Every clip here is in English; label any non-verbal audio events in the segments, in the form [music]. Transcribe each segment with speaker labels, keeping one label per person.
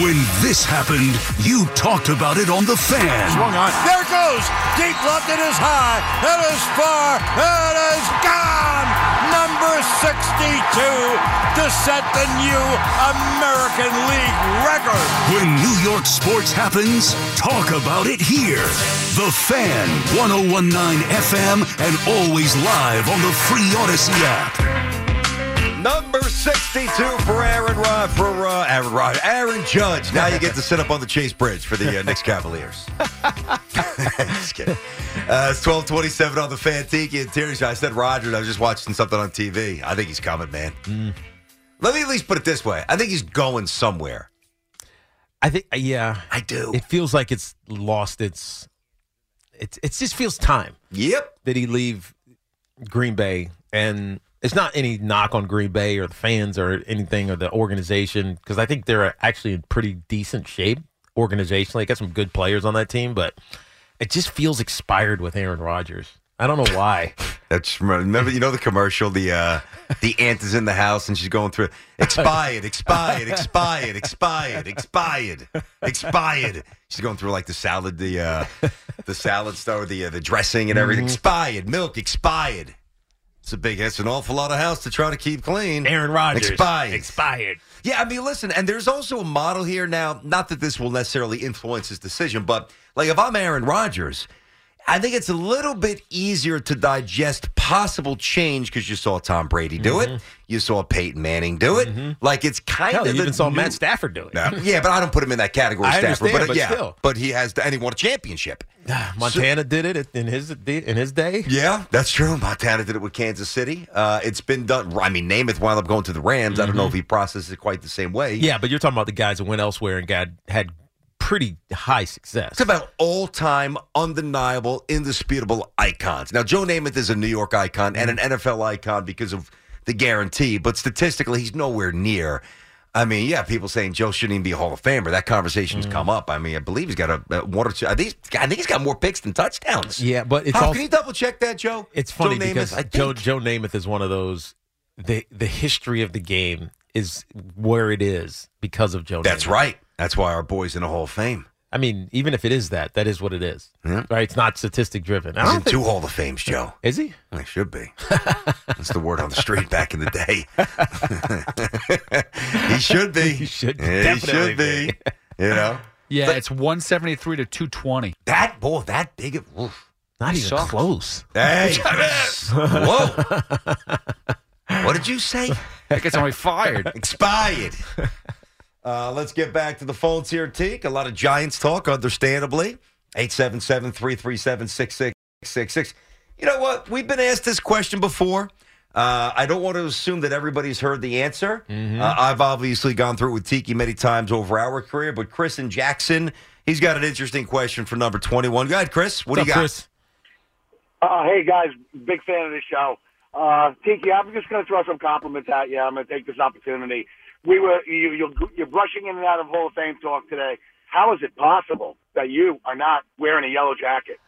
Speaker 1: When this happened, you talked about it on The Fan.
Speaker 2: Swung on.
Speaker 3: There it goes. Deep left. It is high. It is far. It is gone. Number 62 to set the new American League record.
Speaker 1: When New York sports happens, talk about it here. The Fan, 1019 FM, and always live on the free Odyssey app.
Speaker 3: Number 62 for Aaron Rod for uh, Aaron Rod. Aaron Judge. Now you get to sit up on the Chase Bridge for the uh, Knicks [laughs] Cavaliers. just kidding. Uh, it's 1227 on the Fantique and Terry. I said Rogers. I was just watching something on TV. I think he's coming, man. Let me at least put it this way. I think he's going somewhere.
Speaker 4: I think uh, yeah.
Speaker 3: I do.
Speaker 4: It feels like it's lost its it it just feels time
Speaker 3: Yep.
Speaker 4: that he leave Green Bay and it's not any knock on Green Bay or the fans or anything or the organization because I think they're actually in pretty decent shape organizationally. They got some good players on that team, but it just feels expired with Aaron Rodgers. I don't know why.
Speaker 3: That's remember you know the commercial the uh the aunt is in the house and she's going through expired expired expired expired expired expired she's going through like the salad the uh the salad star the uh, the dressing and everything
Speaker 4: Mm-hmm.
Speaker 3: expired milk expired it's a big it's an awful lot of house to try to keep clean
Speaker 4: Aaron Rodgers
Speaker 3: expired
Speaker 4: expired.
Speaker 3: yeah, I mean, listen, and there's also a model here now. Not that this will necessarily influence his decision, but like if I'm Aaron Rodgers, I think it's a little bit easier to digest possible change because you saw Tom Brady do it, you saw Peyton Manning do it. Like it's kind
Speaker 4: Mm-hmm. Hell,
Speaker 3: of
Speaker 4: you
Speaker 3: the
Speaker 4: even saw
Speaker 3: new-
Speaker 4: Matt Stafford do it.
Speaker 3: No. [laughs] yeah, but I don't put him in that category,
Speaker 4: I
Speaker 3: Stafford.
Speaker 4: understand, but
Speaker 3: yeah,
Speaker 4: still.
Speaker 3: but he has, and he won a championship.
Speaker 4: [sighs] Montana did it in his in his day.
Speaker 3: Yeah, that's true. Montana did it with Kansas City. Uh, it's been done. I mean, Namath wound up going to the Rams. I don't
Speaker 4: Mm-hmm.
Speaker 3: know if he processed it quite the same way.
Speaker 4: Yeah, but you're talking about the guys that went elsewhere and got had pretty high success.
Speaker 3: It's about all time, undeniable, indisputable icons. Now, Joe Namath is a New York icon and an NFL icon because of the guarantee, but statistically, he's nowhere near. I mean, yeah, people saying Joe shouldn't even be a Hall of Famer. That conversation's come up. I mean, I believe he's got a, a one or two. I think, he's, I think he's got more picks than touchdowns.
Speaker 4: Yeah, but it's
Speaker 3: How,
Speaker 4: also-
Speaker 3: can you double check that, Joe?
Speaker 4: It's funny
Speaker 3: Joe Namath,
Speaker 4: because
Speaker 3: I think.
Speaker 4: Joe Joe Namath is one of those the the history of the game is where it is because of Joe.
Speaker 3: That's
Speaker 4: Namath.
Speaker 3: right. That's why our boy's in the Hall of Fame.
Speaker 4: I mean, even if it is that, that is what it is.
Speaker 3: Yeah.
Speaker 4: Right? It's not statistic driven. I
Speaker 3: He's
Speaker 4: don't
Speaker 3: in
Speaker 4: think-
Speaker 3: two Hall of Fames, Joe.
Speaker 4: is he?
Speaker 3: I should be. That's the word on the street back in the day. [laughs] he should be.
Speaker 4: He should
Speaker 3: Yeah, he
Speaker 4: definitely
Speaker 3: should be. You know
Speaker 5: Yeah, it's 173 to 220.
Speaker 3: that boy, that big. Of, oof.
Speaker 4: Not
Speaker 5: He
Speaker 4: even
Speaker 5: sucks.
Speaker 4: close.
Speaker 3: Hey, whoa! What did you say?
Speaker 5: That gets only fired.
Speaker 4: [laughs]
Speaker 3: Expired. Uh, let's get back to the phones here, Teak. A lot of Giants talk, understandably. 877-337-6666. You know what? We've been asked this question before. Uh, I don't want to assume that everybody's heard the answer.
Speaker 4: Mm-hmm.
Speaker 3: Uh, I've obviously gone through it with Tiki many times over our career, but Chris and Jackson, he's got an interesting question for number 21. Go ahead, Chris. What
Speaker 4: What's
Speaker 3: do you
Speaker 4: up,
Speaker 3: got?
Speaker 4: Chris?
Speaker 6: Uh, hey guys, big fan of the show. Uh, Tiki, I'm just going to throw some compliments at you. I'm going to take this opportunity. We were you, you're, you're brushing in and out of Hall of Fame talk today. How is it possible that you are not wearing a yellow jacket?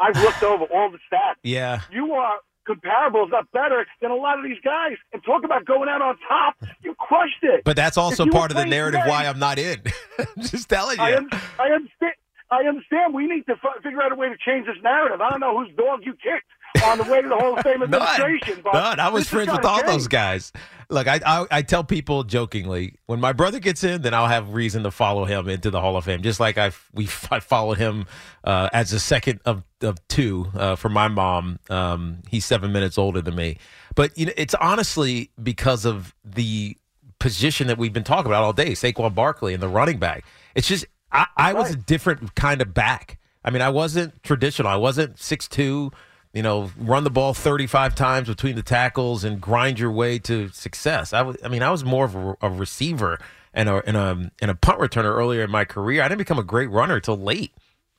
Speaker 6: I've looked over all the stats.
Speaker 4: Yeah.
Speaker 6: You are comparable, if not better, than a lot of these guys. And talk about going out on top. You crushed it.
Speaker 4: But that's also
Speaker 6: If you
Speaker 4: part of the
Speaker 6: were playing
Speaker 4: narrative
Speaker 6: today-
Speaker 4: why I'm not in. [laughs] Just telling you.
Speaker 6: I, un- I understand. I understand. We need to f- figure out a way to change this narrative. I don't know whose dog you kicked on the way to the Hall of Fame
Speaker 4: [laughs] None.
Speaker 6: administration, but
Speaker 4: None. I was
Speaker 6: this is
Speaker 4: friends with
Speaker 6: gotta
Speaker 4: all
Speaker 6: change.
Speaker 4: those guys. Look, I, I I tell people jokingly when my brother gets in, then I'll have reason to follow him into the Hall of Fame, just like I we [laughs] I followed him uh, as a second of of two uh, for my mom. Um, he's seven minutes older than me, but you know it's honestly because of the position that we've been talking about all day, Saquon Barkley and the running back. It's just I, I was a different kind of back. I mean, I wasn't traditional. I wasn't six two. You know, run the ball thirty five times between the tackles and grind your way to success. I was. I mean, I was more of a, a receiver and a and a and a punt returner earlier in my career. I didn't become a great runner till late.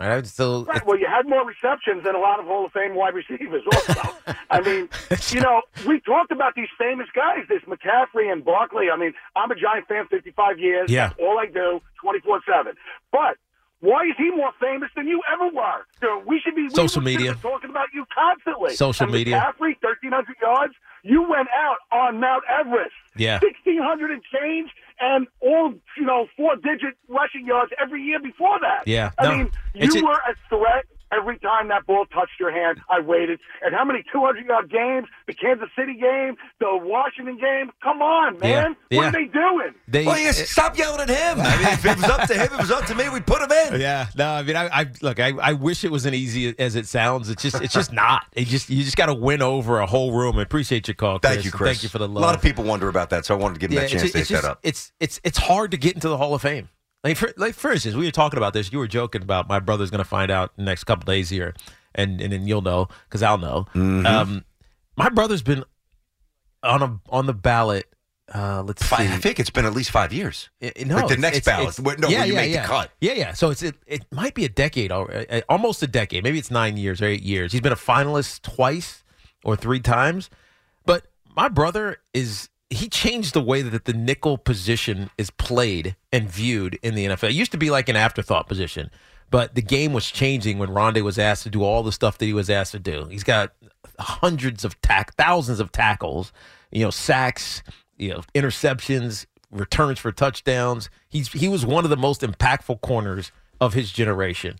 Speaker 4: Right? I was still
Speaker 6: Right. Well, you had more receptions than a lot of Hall of Fame wide receivers. Also, I
Speaker 4: [laughs]
Speaker 6: mean, you know, we talked about these famous guys, this McCaffrey and Barkley. I mean, I'm a Giant fan, 55 years.
Speaker 4: Yeah.
Speaker 6: That's all I do, 24 seven. But why is he more famous than you ever were? So we should be we
Speaker 4: Social
Speaker 6: should be
Speaker 4: media.
Speaker 6: talking about you constantly.
Speaker 4: Social
Speaker 6: and
Speaker 4: media.
Speaker 6: McCaffrey, 1,300 yards. You went out on Mount Everest.
Speaker 4: Yeah.
Speaker 6: 1,600 and change, and all you know, four-digit rushing yards every year before that.
Speaker 4: Yeah,
Speaker 6: I
Speaker 4: no,
Speaker 6: mean, you
Speaker 4: it's a-
Speaker 6: were a threat every time that ball touched your hand. I waited. And how many 200 yard games? The Kansas City game, the Washington game? Come on,
Speaker 4: Yeah,
Speaker 6: man. What
Speaker 4: yeah.
Speaker 6: are they doing?
Speaker 4: they
Speaker 3: Well, yes, stop yelling at him. I mean, if it was up to him, if it was up to me, we'd put him in.
Speaker 4: [laughs] Yeah, no, I mean, I, I look, I, I wish it was as easy as it sounds. It's just, it's just [laughs] not. It just, you just got to win over a whole room. I appreciate your call, Chris.
Speaker 3: Thank you, Chris.
Speaker 4: Thank you for the love.
Speaker 3: A lot of people wonder about that, so I wanted to give them
Speaker 4: yeah,
Speaker 3: that
Speaker 4: it's,
Speaker 3: chance
Speaker 4: it's,
Speaker 3: to hit
Speaker 4: just-
Speaker 3: that up.
Speaker 4: it's, it's, it's hard to get into the Hall of Fame. Like for, like, for instance, we were talking about this. You were joking about my brother's going to find out in the next couple days here, and and then you'll know because I'll know.
Speaker 3: Mm-hmm.
Speaker 4: Um, my brother's been on a on the ballot. Uh, let's
Speaker 3: Fi-
Speaker 4: see.
Speaker 3: I think it's been at least five years.
Speaker 4: I- I- no,
Speaker 3: Like the
Speaker 4: it's-
Speaker 3: next
Speaker 4: it's-
Speaker 3: ballot,
Speaker 4: it's-
Speaker 3: where- no, where you make the
Speaker 4: yeah.
Speaker 3: cut.
Speaker 4: Yeah, yeah. So it's it, it might be a decade, al- uh, almost a decade. Maybe it's nine years or eight years. He's been a finalist twice or three times. But my brother is he changed the way that the nickel position is played and viewed in the NFL. It used to be like an afterthought position, but the game was changing when Rondé was asked to do all the stuff that he was asked to do. He's got hundreds of tack, thousands of tackles, you know, sacks, you know, interceptions, returns for touchdowns. He's he was one of the most impactful corners of his generation.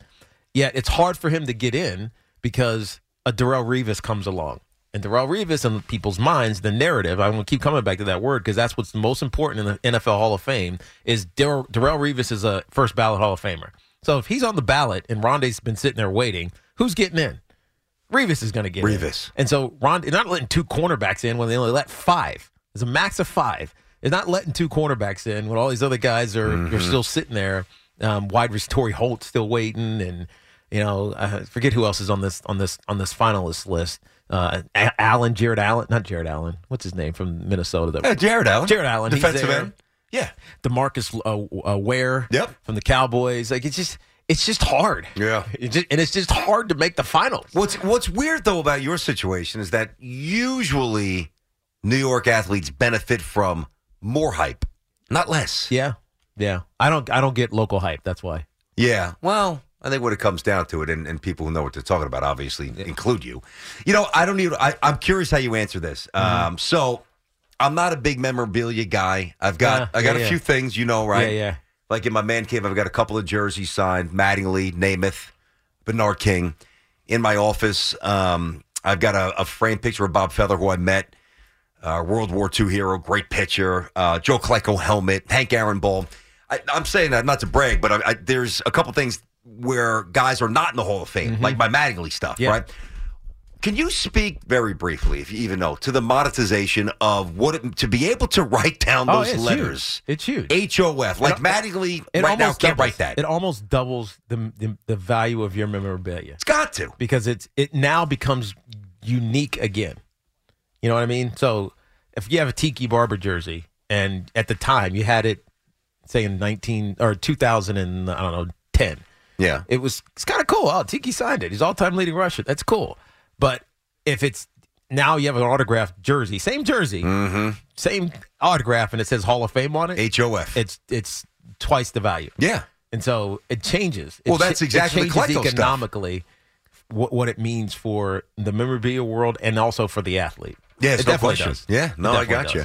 Speaker 4: Yet it's hard for him to get in because a Darrell Revis comes along. And Darrell Revis, in people's minds, the narrative, I'm going to keep coming back to that word because that's what's most important in the NFL Hall of Fame is Dar- Darrell Revis is a first ballot Hall of Famer. So if he's on the ballot and Rondé's been sitting there waiting, who's getting in? Revis is going to get in.
Speaker 3: Revis.
Speaker 4: And so Ron, they're not letting two cornerbacks in when they only let five. There's a max of five. They're not letting two cornerbacks in when all these other guys are
Speaker 3: Mm-hmm.
Speaker 4: are still sitting there. Um, wide receiver Torrey Holt still waiting, and you know I forget who else is on this on this on this finalist list. Uh, A- Allen, Jared Allen, not Jared Allen. What's his name from Minnesota? That
Speaker 3: Yeah, Jared Allen.
Speaker 4: Jared Allen, he's
Speaker 3: Eh, Defensive
Speaker 4: there.
Speaker 3: end. Yeah.
Speaker 4: Demarcus uh, uh, Ware
Speaker 3: Yep.
Speaker 4: from the Cowboys. Like it's just it's just hard.
Speaker 3: Yeah.
Speaker 4: It's just- and it's just hard to make the finals.
Speaker 3: What's What's weird though about your situation is that usually New York athletes benefit from more hype, not less.
Speaker 4: Yeah, yeah. I don't I don't get local hype. That's why.
Speaker 3: Yeah. Well, I think when it comes down to it, and, and people who know what they're talking about obviously include you. You know, I don't even, I, I'm curious how you answer this.
Speaker 4: Mm-hmm.
Speaker 3: Um, so I'm not a big memorabilia guy. I've got,
Speaker 4: Yeah,
Speaker 3: I got
Speaker 4: yeah,
Speaker 3: a
Speaker 4: Uh-huh. yeah.
Speaker 3: few things, you know, right?
Speaker 4: Yeah, yeah.
Speaker 3: Like in my man cave, I've got a couple of jerseys signed, Mattingly, Namath, Bernard King. In my office, um, I've got a, a framed picture of Bob Feather, who I met, uh, World War II hero, great pitcher, uh, Joe Klecko helmet, Hank Aaron ball. I, I'm saying that not to brag, but I, I, there's a couple things where guys are not in the Hall of Fame, like my Mattingly stuff,
Speaker 4: Mm-hmm. Yeah.
Speaker 3: right? Can you speak very briefly, if you even know, to the monetization of what it, to be able to write down
Speaker 4: Oh,
Speaker 3: those
Speaker 4: yeah, it's
Speaker 3: letters?
Speaker 4: huge. It's huge.
Speaker 3: H O F. Like
Speaker 4: It-
Speaker 3: Mattingly
Speaker 4: It
Speaker 3: right now
Speaker 4: almost
Speaker 3: can't
Speaker 4: doubles-
Speaker 3: write that.
Speaker 4: It almost doubles the, the the value of your memorabilia
Speaker 3: it's got to.
Speaker 4: because it's it now becomes unique again. You know what I mean? So if you have a Tiki Barber jersey and at the time you had it, say in nineteen or two thousand and I don't know ten,
Speaker 3: Yeah.
Speaker 4: it was it's kind of cool. Oh, Tiki signed it. He's all time leading rusher. That's cool. But if it's now you have an autographed jersey, same jersey,
Speaker 3: Mm-hmm.
Speaker 4: same autograph, and it says Hall of Fame on it.
Speaker 3: H O F.
Speaker 4: it's it's twice the value.
Speaker 3: Yeah.
Speaker 4: And so it changes. It
Speaker 3: Well, that's
Speaker 4: cha-
Speaker 3: exactly
Speaker 4: it
Speaker 3: the
Speaker 4: changes
Speaker 3: Klecko stuff.
Speaker 4: economically what, what it means for the memorabilia world and also for the athlete.
Speaker 3: Yeah,
Speaker 4: it
Speaker 3: it's no
Speaker 4: definitely
Speaker 3: question.
Speaker 4: does.
Speaker 3: Yeah,
Speaker 4: It
Speaker 3: no, I
Speaker 4: definitely
Speaker 3: got
Speaker 4: does.
Speaker 3: you.